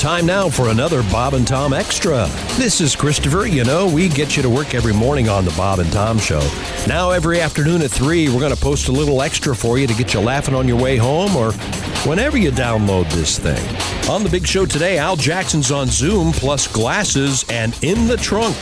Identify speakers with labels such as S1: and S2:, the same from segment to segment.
S1: Time now for another Bob and Tom Extra. This is Christopher. You know, we get you to work every morning on the Bob and Tom Show. Now, every afternoon at 3, we're going to post a little extra for you to get you laughing on your way home or whenever you download this thing. On the big show today, Al Jackson's on Zoom, plus glasses and in the trunk.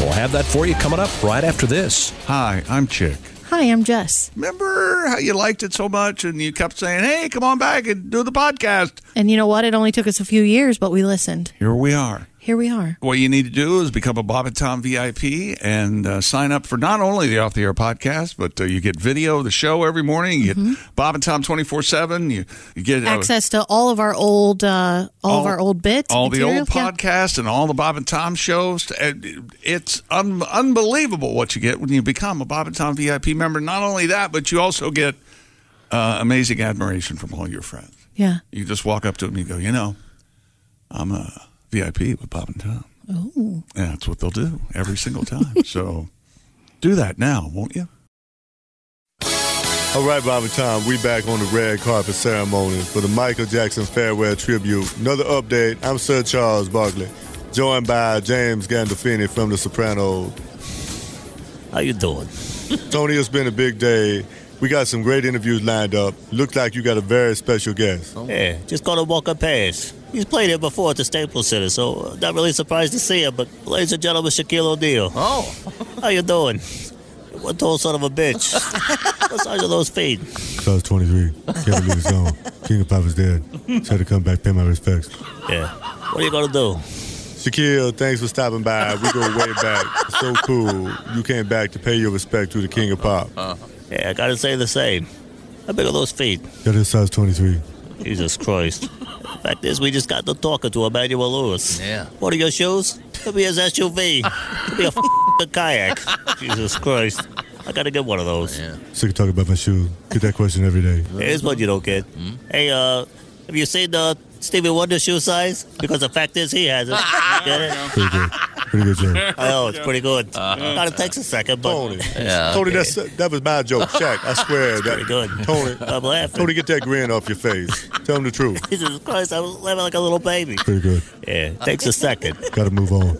S1: We'll have that for you coming up right after this.
S2: Hi, I'm Chick.
S3: Hi, I'm Jess.
S2: Remember how you liked it so much and you kept saying, hey, come on back and do the podcast?
S3: And you know what? It only took us a few years, but we listened.
S2: Here we are.
S3: Here we are.
S2: What you need to do is become a Bob and Tom VIP and uh, sign up for not only the Off the Air podcast, but uh, you get video of the show every morning. You get Bob and Tom 24 7. You you get uh,
S3: Mm-hmm. Access to all of our old, uh, all, of our old bits,
S2: all the
S3: material.
S2: old
S3: Yeah.
S2: podcasts, and all the Bob and Tom shows. And It's un- unbelievable what you get when you become a Bob and Tom VIP member. Not only that, but you also get uh, amazing admiration from all your friends.
S3: Yeah.
S2: You just walk up to them and you go, you know, I'm a VIP with Bob and Tom.
S3: Oh,
S2: And that's what they'll do every single time. so do that now, won't you?
S4: All right, Bob and Tom, we back on the red carpet ceremony for the Michael Jackson farewell tribute. Another update. I'm Sir Charles Barkley, joined by James Gandolfini from The Sopranos.
S5: How you doing?
S4: Tony, it's been a big day. We got some great interviews lined up. Looked like you got a very special guest.
S5: Yeah, just gonna walk up past. He's played here before at the Staples Center, so uh, not really surprised to see him. But ladies and gentlemen, Shaquille O'Neal. Oh, how you doing? What tall son of a bitch? what size are those feet?
S4: Size 23, Kevin Lee Zone, King of Pop is dead. Try to come back, pay my respects.
S5: Yeah. What are you gonna do?
S4: Shaquille, thanks for stopping by. We go way back. so cool. You came back to pay your respect to the King of Pop.
S5: Yeah, I gotta say the same. How big are those feet?
S4: That is size 23.
S5: Jesus Christ. Fact is, we just got to talking to Emmanuel Lewis.
S6: Yeah.
S5: What are your shoes? Could be his SUV. Could be a f***ing kayak. Jesus Christ. I gotta get one of those.
S4: Sick of talking about my shoes. Get that question every day.
S5: Here's what you don't get.
S6: Mm-hmm.
S5: Hey, uh, have you seen the Stevie Wonder shoe size? Because the fact is, he has it. You get it?
S4: Pretty good. Pretty good joke.
S5: I know it's pretty good.
S6: Uh-huh.
S5: Not it takes a second, but
S4: Tony.
S6: Yeah,
S4: Tony, that's, that was my joke. Shaq, I swear. That's
S5: pretty good.
S4: Tony,
S5: I'm laughing.
S4: Tony, get that grin off your face. Tell him the truth.
S5: Jesus Christ, I was laughing like a little baby.
S4: Pretty good.
S5: Yeah, it takes a second,
S4: Got to move on.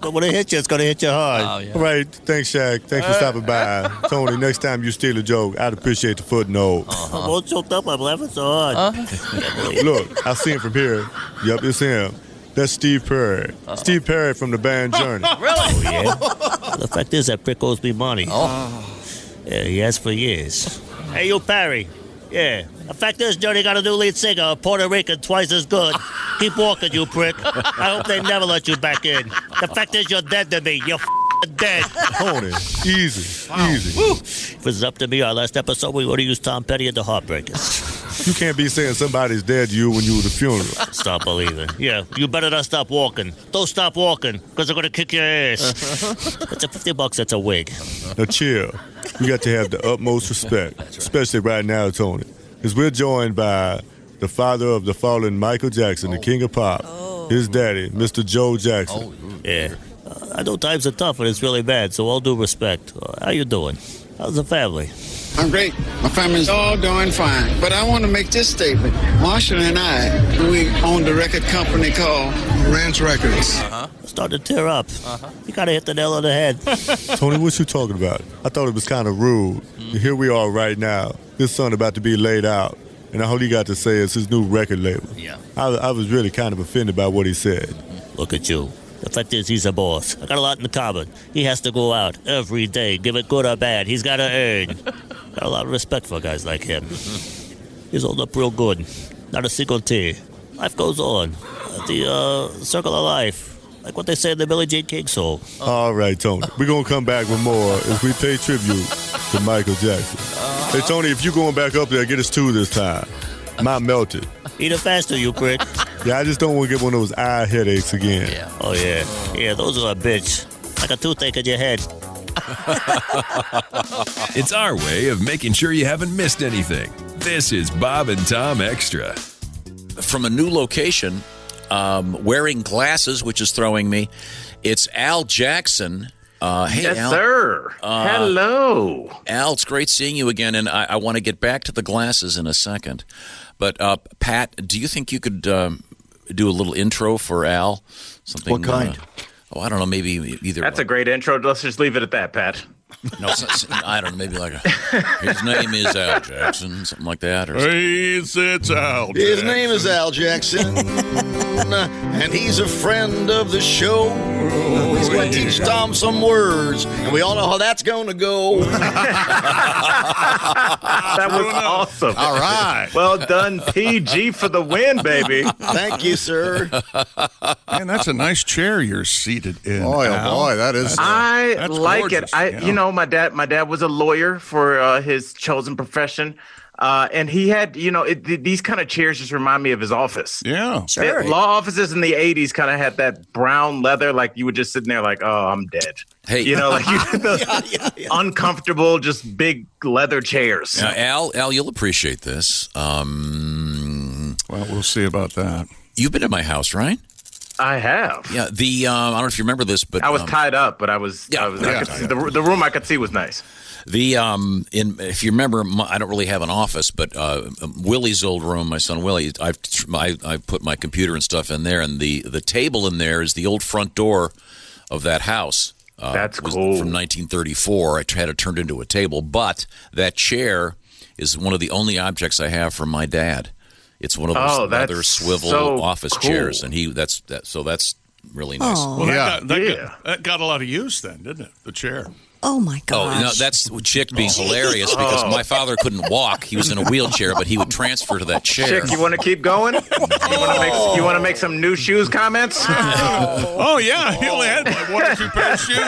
S5: but when it hits you, it's gonna hit you hard.
S6: Oh, yeah.
S4: All right. Thanks, Shaq. Thanks for stopping by. Tony, next time you steal a joke, I'd appreciate the footnote.
S5: I'm all choked up. I'm laughing so hard.
S4: Look, I see him from here. Yep, it's him. That's Steve Perry. Steve Perry from the band Journey.
S6: Really?
S5: The fact is, that prick owes me money. Oh. Yeah, he has for years. Hey, you, Parry. Yeah. The fact is, Johnny got a new lead singer, a Puerto Rican, twice as good. Keep walking, you prick. I hope they never let you back in. The fact is, you're dead to me. You're f***ing dead.
S4: Tony, easy, easy.
S5: If it's up to me, our last episode, we would have used Tom Petty and the Heartbreakers.
S4: You can't be saying somebody's dead to you when you was at a funeral.
S5: Stop believing. Yeah, you better not stop walking. Don't stop walking, because I'm going to kick your ass. it's a 50 bucks, that's a wig.
S4: Now, chill. You got to have the utmost respect, especially right now, Tony, because we're joined by the father of the fallen Michael Jackson, the king of pop, his daddy, Mr. Joe Jackson.
S5: Yeah. Uh, I know times are tough and it's really bad, so all due respect. Uh, how you doing? How's the family?
S7: I'm great. My family's all doing fine. But I want to make this statement. Marshall and I, we owned a record company called Ranch Records.
S5: I'm starting to tear up. You gotta hit the nail on the head.
S4: Tony, what you talking about? I thought it was kind of rude. Here we are right now, his son about to be laid out, and all he got to say is his new record label.
S6: Yeah.
S4: I, I was really kind of offended by what he said.
S5: Look at you. The fact is, he's a boss. I got a lot in the cupboard. He has to go out every day, give it good or bad. He's gotta earn. got a lot of respect for guys like him. he's holding up real good. Not a single tear. Life goes on. Uh, The uh, circle of life. Like what they say in the Billie Jean King song.
S8: Uh,
S4: All right, Tony. We're going to come back with more as we pay tribute to Michael Jackson.
S8: Uh-huh.
S4: Hey, Tony, if you going back up there, get us two this time. Mine melted.
S5: Eat it faster, you prick.
S4: Yeah, I just don't want to get one of those eye headaches again.
S6: Yeah.
S5: Oh yeah, yeah. Those are a bitch. Like a toothache in your head.
S9: It's our way of making sure you haven't missed anything. This is Bob and Tom Extra.
S6: From a new location, um, wearing glasses, which is throwing me. It's Al Jackson. Uh, hey,
S10: Yes,
S6: Al. Uh,
S10: sir. Hello.
S6: Al, it's great seeing you again, and I, I want to get back to the glasses in a second. But uh, Pat, do you think you could um, do a little intro for Al? Something.
S8: What kind?
S6: uh, oh, I don't know. Maybe either.
S10: That's a great intro. Let's just leave it at that, Pat.
S6: No, it's not- I don't know. Maybe like a, his name is Al Jackson, something like that, or
S2: Hey, it's, it's Al.
S8: His name is Al Jackson, and he's a friend of the show. He's going to teach Tom some words, and we all know how that's going to go.
S10: That was awesome.
S8: All right.
S10: Well done, PG, for the win, baby.
S8: Thank you, sir.
S2: Man, that's a nice chair you're seated in.
S8: Boy, oh
S2: Al.
S8: boy, that is.
S10: I
S2: That's
S10: like
S2: gorgeous,
S10: it. I,
S2: yeah.
S10: you know, my dad, my dad was a lawyer for uh, his chosen profession, uh, and he had, you know, it, th- these kind of chairs just remind me of his office.
S2: Yeah.
S10: The Law offices in the '80s kind of had that brown leather, like you were just sitting there, like, "Oh, I'm dead."
S6: Hey.
S10: you know, like you, the uncomfortable, just big leather chairs.
S6: Now, Al, Al, you'll appreciate this. Um,
S2: Well, we'll see about that.
S6: you've been in my house, right?
S10: I have.
S6: Yeah. The um, I don't know if you remember this, but
S10: I was
S6: um,
S10: tied up, but I was.
S6: Yeah,
S10: I was
S6: yeah.
S10: I could see, the, the room I could see was nice.
S6: The um, in if you remember, my, I don't really have an office, but uh, Willie's old room, my son Willie, I've I, I've put my computer and stuff in there, and the the table in there is the old front door of that house. Uh,
S10: That's
S6: was
S10: cool.
S6: From 1934, I had it turned into a table, but that chair is one of the only objects I have from my dad. It's one of those
S10: Oh, that's
S6: leather swivel
S10: so
S6: office
S10: cool.
S6: chairs, and he that's that. So that's really nice.
S2: Well,
S8: Yeah.
S2: that, got, that,
S10: Yeah.
S2: got, that got a lot of use then, didn't it? The chair.
S3: Oh my
S6: Oh,
S3: gosh.
S6: no, that's Chick being
S10: Oh.
S6: hilarious because my father couldn't walk. He was in a wheelchair, but he would transfer to that chair.
S10: Chick, you want to keep going? You want to make you want to make some new shoes comments?
S2: Oh, yeah. He only had like one or two pair of shoes.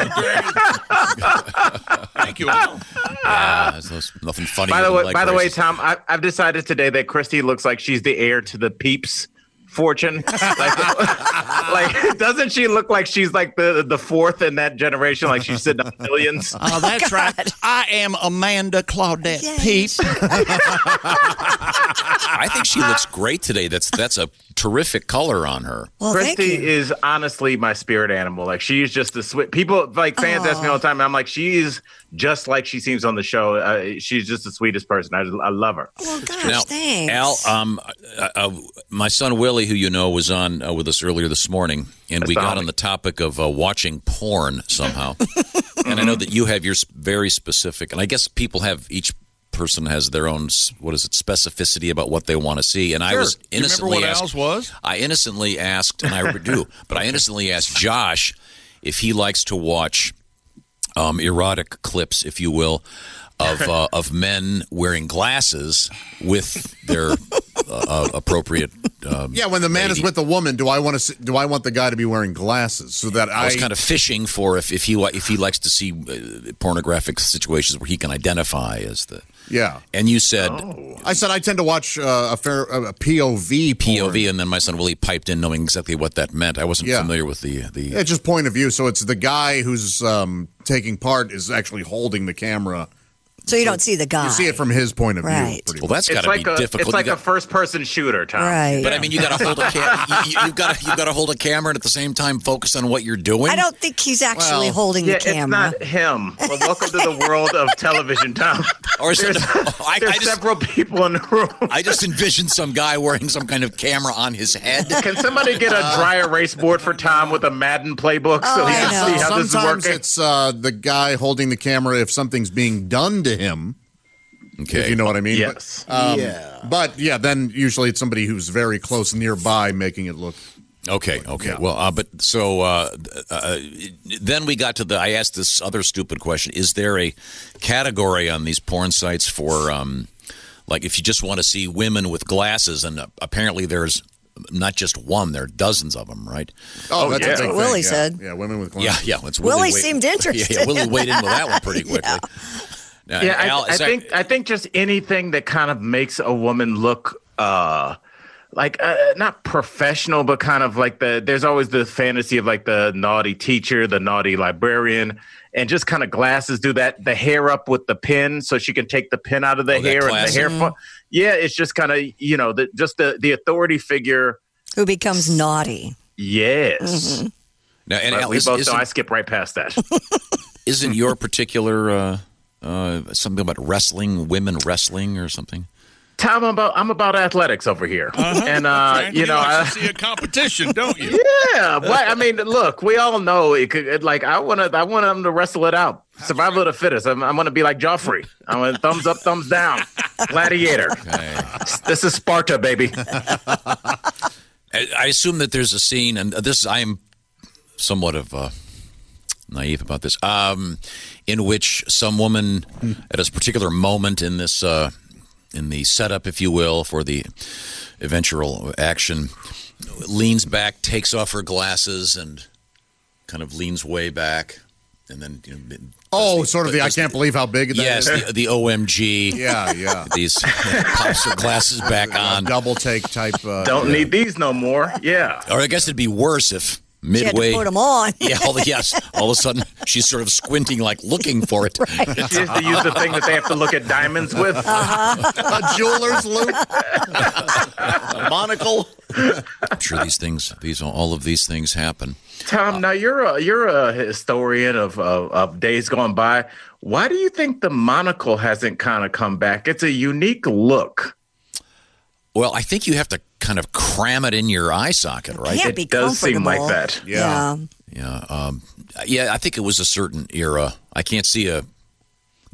S2: Thank you, Al.
S6: Yeah, Ah, there's no- nothing funny.
S10: by the
S6: nothing
S10: way,
S6: like
S10: by the way,
S6: races.
S10: Tom, I, I've decided today that Christy looks like she's the heir to the Peeps fortune. Like, like, doesn't she look like she's like the the fourth in that generation? Like she's sitting on millions.
S2: Oh, that's right. I am Amanda Claudette
S3: Yes.
S6: I think she looks great today. That's that's a terrific color on her.
S3: well, thank you.
S10: Christy is honestly my spirit animal. Like she's just a sweet. People like fans ask me all the time. and I'm like, she's just like she seems on the show. Uh, she's just the sweetest person. I, I love her.
S3: well, gosh,
S6: Now,
S3: thanks.
S6: Al, um, uh, uh, my son Willie, who you know was on uh, with us earlier this morning, and we got
S10: homie.
S6: on the topic of uh, watching porn somehow. and I know that you have your s- very specific, and I guess people have each person has their own s- what is it specificity about what they want to see. And I was
S2: You remember
S6: innocently
S2: what
S6: asked,
S2: Al's was?
S6: I innocently asked, and I do, but I innocently asked Josh if he likes to watch um, erotic clips, if you will, of uh, of men wearing glasses with their uh, uh, appropriate. Um,
S8: Yeah, when the man is with the woman, do I want to? Do I want the guy to be wearing glasses so that
S6: I
S8: I?
S6: was kind of fishing for if, if he li- if he likes to see uh, pornographic situations where he can identify as the.
S8: yeah,
S6: And you said
S8: Oh. I said I tend to watch uh, a fair uh, a POV. Porn.
S6: POV, and then my son Willie piped in, knowing exactly what that meant. I wasn't
S8: Yeah.
S6: familiar with the the.
S8: It's just point of view. So it's the guy who's um, taking part is actually holding the camera.
S11: So you don't see the guy.
S8: You see it from his point of view.
S11: Right.
S8: Pretty
S6: well, that's
S10: It's
S6: got to
S10: like
S6: be
S10: a
S6: difficult.
S10: it's
S6: You
S10: like
S6: got-
S10: a first person shooter, Tom.
S11: Right.
S6: But I mean, you got to hold a camera. You, you, you've got to you've got to hold a camera and at the same time focus on what you're doing.
S11: I don't think he's actually
S8: Well,
S11: holding
S10: Yeah,
S11: the
S10: it's
S11: camera.
S10: not him. Well, welcome to the world of television, Tom.
S6: Or is it-
S10: there's
S6: I,
S10: there's
S6: I just
S10: several people in the room.
S6: I just envisioned some guy wearing some kind of camera on his head.
S10: Can somebody get a dry erase board for Tom with a Madden playbook so
S11: Uh, Oh,
S10: he
S11: I
S10: can
S11: know.
S10: see how this is
S8: Sometimes
S10: working?
S8: it's uh, the guy holding the camera if something's being done to him, if
S6: Okay.
S8: you know what I mean.
S10: Yes.
S11: Uh,
S8: But, um, yeah. But yeah, then usually it's somebody who's very close nearby making it look.
S6: Okay. Okay. Well, uh, but so uh, uh, then we got to the. I asked this other stupid question: Is there a category on these porn sites for, um, like, if you just want to see women with glasses? And uh, apparently, there's not just one. There are dozens of them, right?
S8: Oh, that's
S10: yeah.
S8: a big thing,
S11: Willie
S8: yeah.
S11: said.
S8: Yeah, women with
S6: Yeah.
S8: glasses.
S6: Yeah. It's
S11: Willie
S6: weighed-
S11: seemed
S6: Yeah, yeah.
S11: interested.
S6: Willie weighed in with that one pretty quickly. Now,
S10: yeah, I,
S6: Al,
S10: I
S6: is that-
S10: think I think just anything that kind of makes a woman look uh like uh, not professional, but kind of like the there's always the fantasy of like the naughty teacher, the naughty librarian, and just kind of glasses do that. The hair up with the pin, so she can take the pin out of the
S6: Oh, that
S10: hair and the
S6: classic.
S10: hair. Fu- yeah, it's just kind of you know the, just the the authority figure.
S11: Who becomes naughty?
S10: Yes,
S2: Mm-hmm.
S6: Now, and
S10: But
S6: Al,
S10: we
S6: is,
S10: both know. I
S6: isn't,
S10: skip right past that.
S6: isn't your particular uh, uh, something about wrestling, women wrestling, or something?
S10: Tom, I'm about I'm about athletics over here, and uh,
S2: Uh-huh. Right?
S10: you know,
S2: like
S10: I,
S2: to see a competition, don't you?
S10: yeah. Well, I mean, look, we all know it could. It, like, I want to, I want them to wrestle it out. Survival of the fittest. I'm, I'm going to be like Joffrey. I'm going to thumbs up, thumbs down. Gladiator. This is Sparta, baby.
S6: I I assume that there's a scene, and this I am somewhat of uh, naive about this, um, in which some woman at a particular moment in this uh, in the setup, if you will, for the eventual action, leans back, takes off her glasses, and kind of leans way back, and then you know,
S12: Oh, sort of the I can't believe how big that
S6: yes,
S12: is.
S6: the, the OMG,
S12: Yeah, yeah.
S6: these pops her glasses back on,
S12: double take type.
S2: Oh,
S12: Uh,
S10: Don't need these no more. Yeah.
S6: or I guess it'd be worse if
S11: She had to
S6: midway
S11: put them on.
S6: yeah, all the, yes. All of a sudden, she's sort of squinting, like looking for it.
S10: She has to use the thing that they have to look at diamonds with.
S2: Oh,
S12: a jeweler's loop.
S8: monocle.
S6: I'm sure these things, these all of these things happen.
S2: Oh.
S10: Tom, now you're a you're a historian of, of of days gone by. Why do you think the monocle hasn't kind of come back? It's a unique look.
S6: Well, I think you have to kind of cram it in your eye socket, right?
S11: Can't
S10: It
S11: be
S10: does seem like
S11: comfortable.
S10: that.
S11: Yeah.
S6: Yeah, um, yeah. I think it was a certain era. I can't see a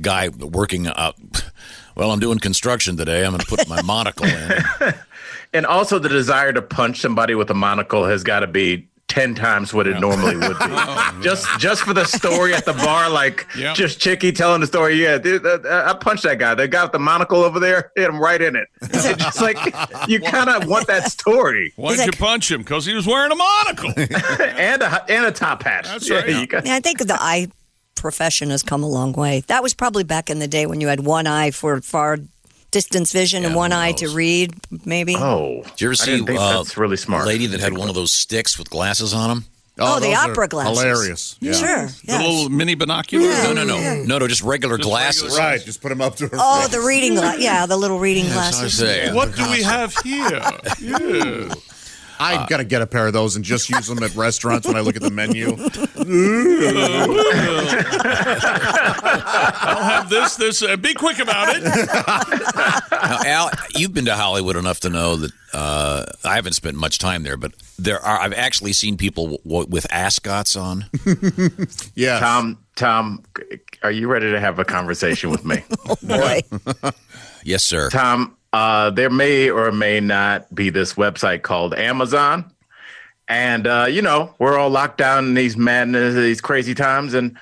S6: guy working out. Well, I'm doing construction today. I'm going to put my monocle in.
S10: And also the desire to punch somebody with a monocle has got to be ten times what it normally would be.
S2: Oh,
S10: just just for the story at the bar, like
S2: Yep.
S10: just Chicky telling the story. Yeah, dude, uh, uh, I punched that guy. That guy with the monocle over there hit him right in it. It's just like you kind of want that story
S2: Why'd
S11: He's
S2: you
S11: like-
S2: punch him? Because he was wearing a monocle.
S10: and a and a top hat.
S2: That's
S10: Yeah,
S2: right.
S10: you got-
S11: Yeah, I think the eye profession has come a long way. That was probably back in the day when you had one eye for far distance vision and
S6: Yeah,
S11: one
S6: who
S11: eye
S6: knows?
S11: to read, maybe.
S10: Oh,
S6: Did you ever
S10: I
S6: see
S10: didn't think
S6: uh,
S10: that's really smart.
S6: a lady that had one of those sticks with glasses on them?
S11: Oh, the
S12: those are
S11: opera glasses.
S12: Hilarious. Yeah.
S11: Sure.
S2: The
S11: yes.
S2: little mini binoculars.
S6: No, no, no, no, no. Just regular glasses.
S12: Right. Just put them up to her.
S11: Oh,
S12: face.
S11: the reading gla- yeah, the little reading
S6: That's what I
S11: glasses.
S6: say.
S2: What do we have here? Yeah.
S12: I gotta get a pair of those and just use them at restaurants when I look at the menu.
S2: I'll have this. This. Uh, be quick about it.
S6: Now, Al, you've been to Hollywood enough to know that uh, I haven't spent much time there, but there are. I've actually seen people w- w- with ascots on.
S12: Yeah.
S10: Tom, Tom, are you ready to have a conversation with me?
S11: Boy.
S6: Yes, sir.
S10: Tom, uh, there may or may not be this website called Amazon. And, uh, you know, we're all locked down in these madness, these crazy times. And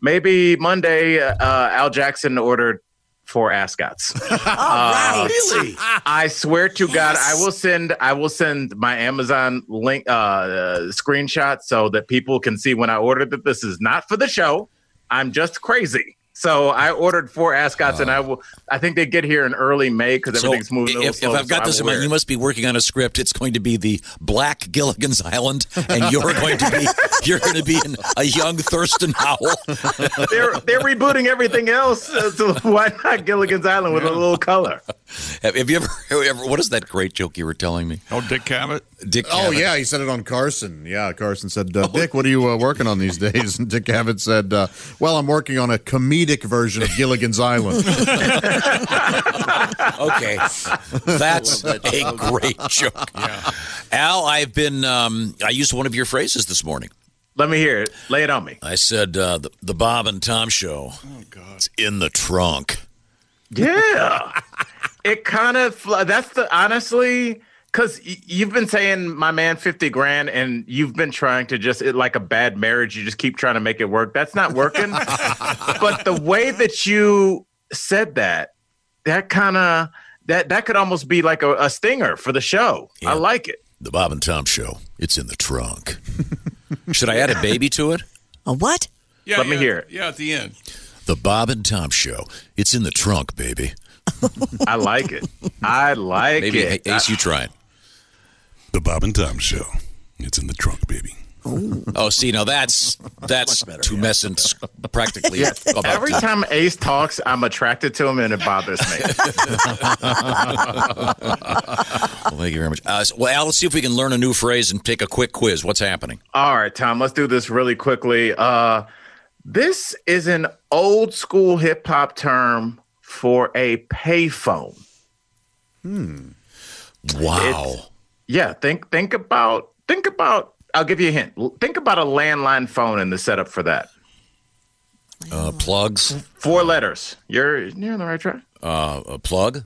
S10: maybe Monday, uh, Al Jackson ordered four ascots. Uh,
S11: All right.
S10: I swear to God, I will send I will send my Amazon link uh, uh screenshot so that people can see when I ordered that this is not for the show. I'm just crazy. So I ordered four ascots,
S6: Uh.
S10: and I will. I think they get here in early May because everything's moving. a little
S6: if,
S10: slow,
S6: if I've got
S10: so
S6: this
S10: I
S6: in
S10: will
S6: mind,
S10: wear
S6: you
S10: it.
S6: must be working on a script. It's going to be the Black Gilligan's Island, and you're going to be you're going to be in a young Thurston Howell.
S10: they're they're rebooting everything else, uh, so why not Gilligan's Island with a little color?
S6: Have have you ever, ever? What is that great joke you were telling me,
S2: Oh, Dick Cabot.
S6: Dick?
S12: Oh
S6: Cavett.
S12: yeah, he said it on Carson. Yeah, Carson said, uh, "Dick, what are you uh, working on these days?" And Dick Cavett said, uh, "Well, I'm working on a comedic version of Gilligan's Island."
S6: Okay, that's a great joke. Al, I've been. Um, I used one of your phrases this morning.
S10: Let me hear it. Lay it on me.
S6: I said uh, the, the Bob and Tom show. Oh God! It's in the trunk.
S10: Yeah. it kind of fl- that's the honestly cuz y- you've been saying my man 50 grand and you've been trying to just it like a bad marriage you just keep trying to make it work. That's not working. but the way that you said that that kind of that that could almost be like a, a stinger for the show. I like it.
S6: The Bob and Tom show. It's in the trunk. Should I add a baby to it?
S11: A what?
S2: Yeah,
S10: Let me
S2: yeah,
S10: hear it.
S2: Yeah, at the end.
S6: The Bob and Tom show. It's in the trunk, baby.
S10: I like it. I like
S6: Maybe
S10: it.
S6: Ace, you try it.
S13: The Bob and Tom Show. It's in the trunk, baby.
S6: Oh, see, now that's that's tumescent, practically. about
S10: Every
S6: to-
S10: time Ace talks, I'm attracted to him and it bothers me.
S6: Well, thank you very much. Uh, so- well, Al, let's see if we can learn a new phrase and take a quick quiz. What's happening?
S10: All right, Tom, let's do this really quickly. Uh, this is an old school hip hop term for a payphone.
S6: Hmm. Wow.
S10: It's- yeah, think think about think about. I'll give you a hint. L- Think about a landline phone and the setup for that.
S6: Uh, plugs.
S10: Four letters. You're you're on the right track.
S6: Uh, a plug.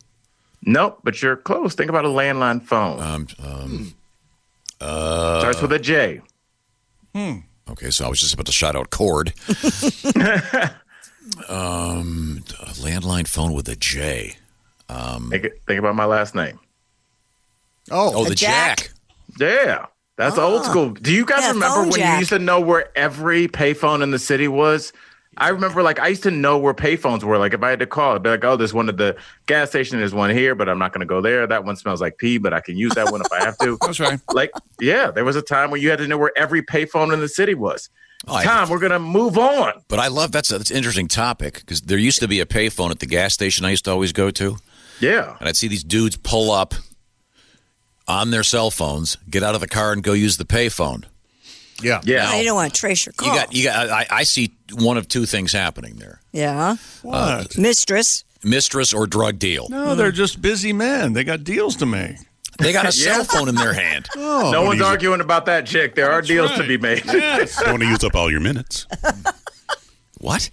S10: Nope, but you're close. Think about a landline phone.
S6: Um, um, uh,
S10: Starts with a J.
S6: Hmm. Okay, so I was just about to shout out cord. um, a landline phone with a J. Um,
S10: think, think about my last name.
S6: Oh,
S10: A
S6: the jack.
S10: Yeah. That's old school. Do you guys
S6: Ah. Yeah,
S10: remember
S6: phone
S10: when
S6: jack.
S10: you used to know where every payphone in the city was? I remember, like, I used to know where payphones were. Like, if I had to call, I'd be like, oh, there's one at the gas station, there's one here, but I'm not going to go there. That one smells like pee, but I can use that one if I have to.
S2: That's right.
S10: Like, yeah, there was a time where you had to know where every payphone in the city was.
S6: Oh, I-
S10: Tom, we're going to move on.
S6: But I love that's a, that's an interesting topic because there used to be a payphone at the gas station I used to always go to.
S10: Yeah,
S6: and I'd see these dudes pull up on their cell phones, get out of the car, and go use the payphone.
S12: Yeah,
S6: yeah.
S11: you don't want to trace your
S6: you
S11: call.
S6: got you got. I, I see one of two things happening there:
S11: yeah.
S6: Uh,
S11: Mistress.
S6: mistress or drug deal.
S2: No, they're just busy men. They got deals to make.
S6: They got a
S2: Yeah.
S6: cell phone in their hand.
S2: Oh,
S10: no
S2: but
S10: one's
S2: he's-
S10: arguing about that, Chick. There are deals to be made.
S13: Don't want to use up all your minutes.
S6: what?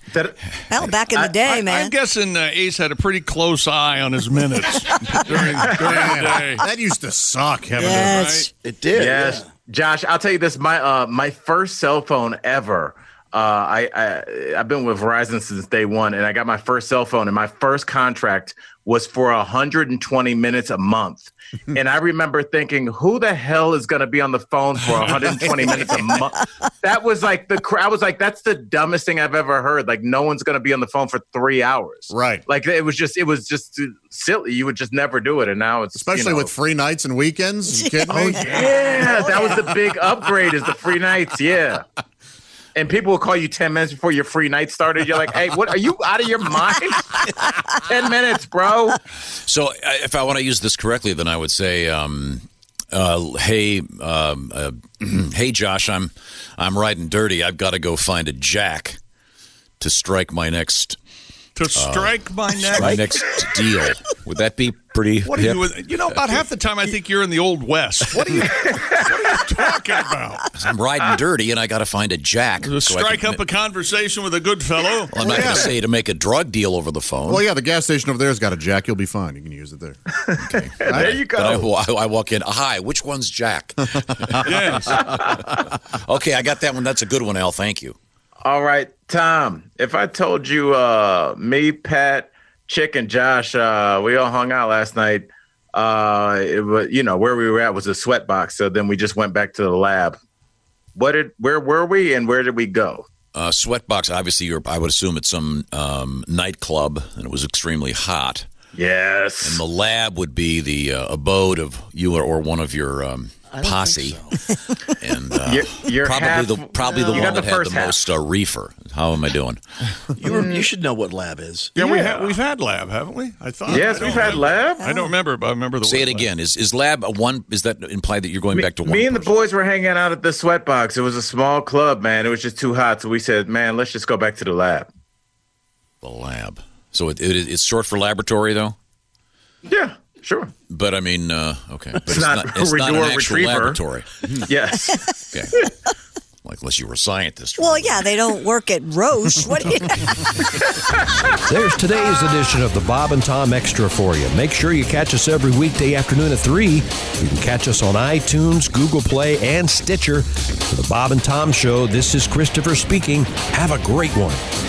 S11: Hell, back in the day, man.
S2: I'm guessing uh, Ace had a pretty close eye on his minutes during, during the day.
S12: That used to suck. Having
S11: Yes.
S12: to,
S8: It did.
S10: Yes, Josh. I'll tell you this. My uh, my first cell phone ever. Uh, I, I I've been with Verizon since day one, and I got my first cell phone, and my first contract was for 120 minutes a month. and I remember thinking, who the hell is going to be on the phone for 120 minutes a month? That was like the cra- I was like, that's the dumbest thing I've ever heard. Like, no one's going to be on the phone for three hours.
S12: Right.
S10: Like it was just it was just silly. You would just never do it, and now it's you
S12: Especially
S10: know,
S12: with free nights and weekends. You
S2: Oh,
S12: kidding me?
S10: yeah, that was the big upgrade is the free nights. Yeah. And people will call you 10 minutes before your free night started. You're like, hey, what are you out of your mind? 10 minutes, bro.
S6: So, I- if I want to use this correctly, then I would say, um, uh, "Hey, um, uh, hey, Josh, I'm I'm riding dirty. I've got to go find a jack to strike my next
S2: To
S6: uh,
S2: strike my neck.
S6: my next deal." Would that be pretty?
S2: What are
S6: hip?
S2: you? You know, about half the time I think you're in the old west. What are you? what are you talking about?
S6: I'm riding dirty, and I got to find a jack. so I
S2: Strike
S6: can-
S2: up a conversation with a good fellow.
S6: Well, I'm not going to say to make a drug deal over the phone.
S12: Well, yeah, the gas station over there's got a jack. You'll be fine. You can use it there.
S10: there you
S6: But I,
S10: go.
S6: I- I walk in. Hi, which one's Jack?
S2: Yes.
S6: okay, I got that one. That's a good one, Al. Thank you.
S10: All right, Tom, if I told you uh, me, Pat, Chick, and Josh, uh, we all hung out last night. Uh, it, wa- you know, where we were at was a sweat box. So then we just went back to the lab. What did, where were we and where did we go?
S6: Uh, Sweatbox, obviously, you're, I would assume it's some um, nightclub, and it was extremely hot.
S10: Yes.
S6: And the lab would be the uh, abode of you or, or one of your um, posse, and uh,
S10: You're- you're
S6: probably
S10: half-
S6: the probably the
S10: You got
S6: one
S10: the
S6: that had the
S10: first half.
S6: most uh, reefer. How am I doing?
S14: You, were, you should know what lab is.
S2: Yeah, we have we've had lab, haven't we? I thought. I
S10: Yes,
S2: don't
S10: we've had
S2: remember.
S10: lab.
S2: I don't remember, but I remember the.
S6: Say it
S2: word lab.
S6: again. Is is lab a one? Is that implied that you're going back to one?
S10: Me and the boys were hanging out at the sweatbox. It was a small club, man. It was just too hot, so we said, "Man, let's just go back to the lab."
S6: The lab. So it, it, it's short for laboratory, though.
S10: Yeah, sure.
S6: But I mean, uh, okay, but
S10: It's not
S6: it's not an
S10: your
S6: actual
S10: retriever.
S6: laboratory.
S10: Yes.
S6: Okay. Like unless you were a scientist.
S11: Well, yeah, they don't work at Roche. What do you
S1: There's today's edition of the Bob and Tom Extra for you. Make sure you catch us every weekday afternoon at 3. You can catch us on iTunes, Google Play, and Stitcher. For the Bob and Tom Show, this is Christopher speaking. Have a great one.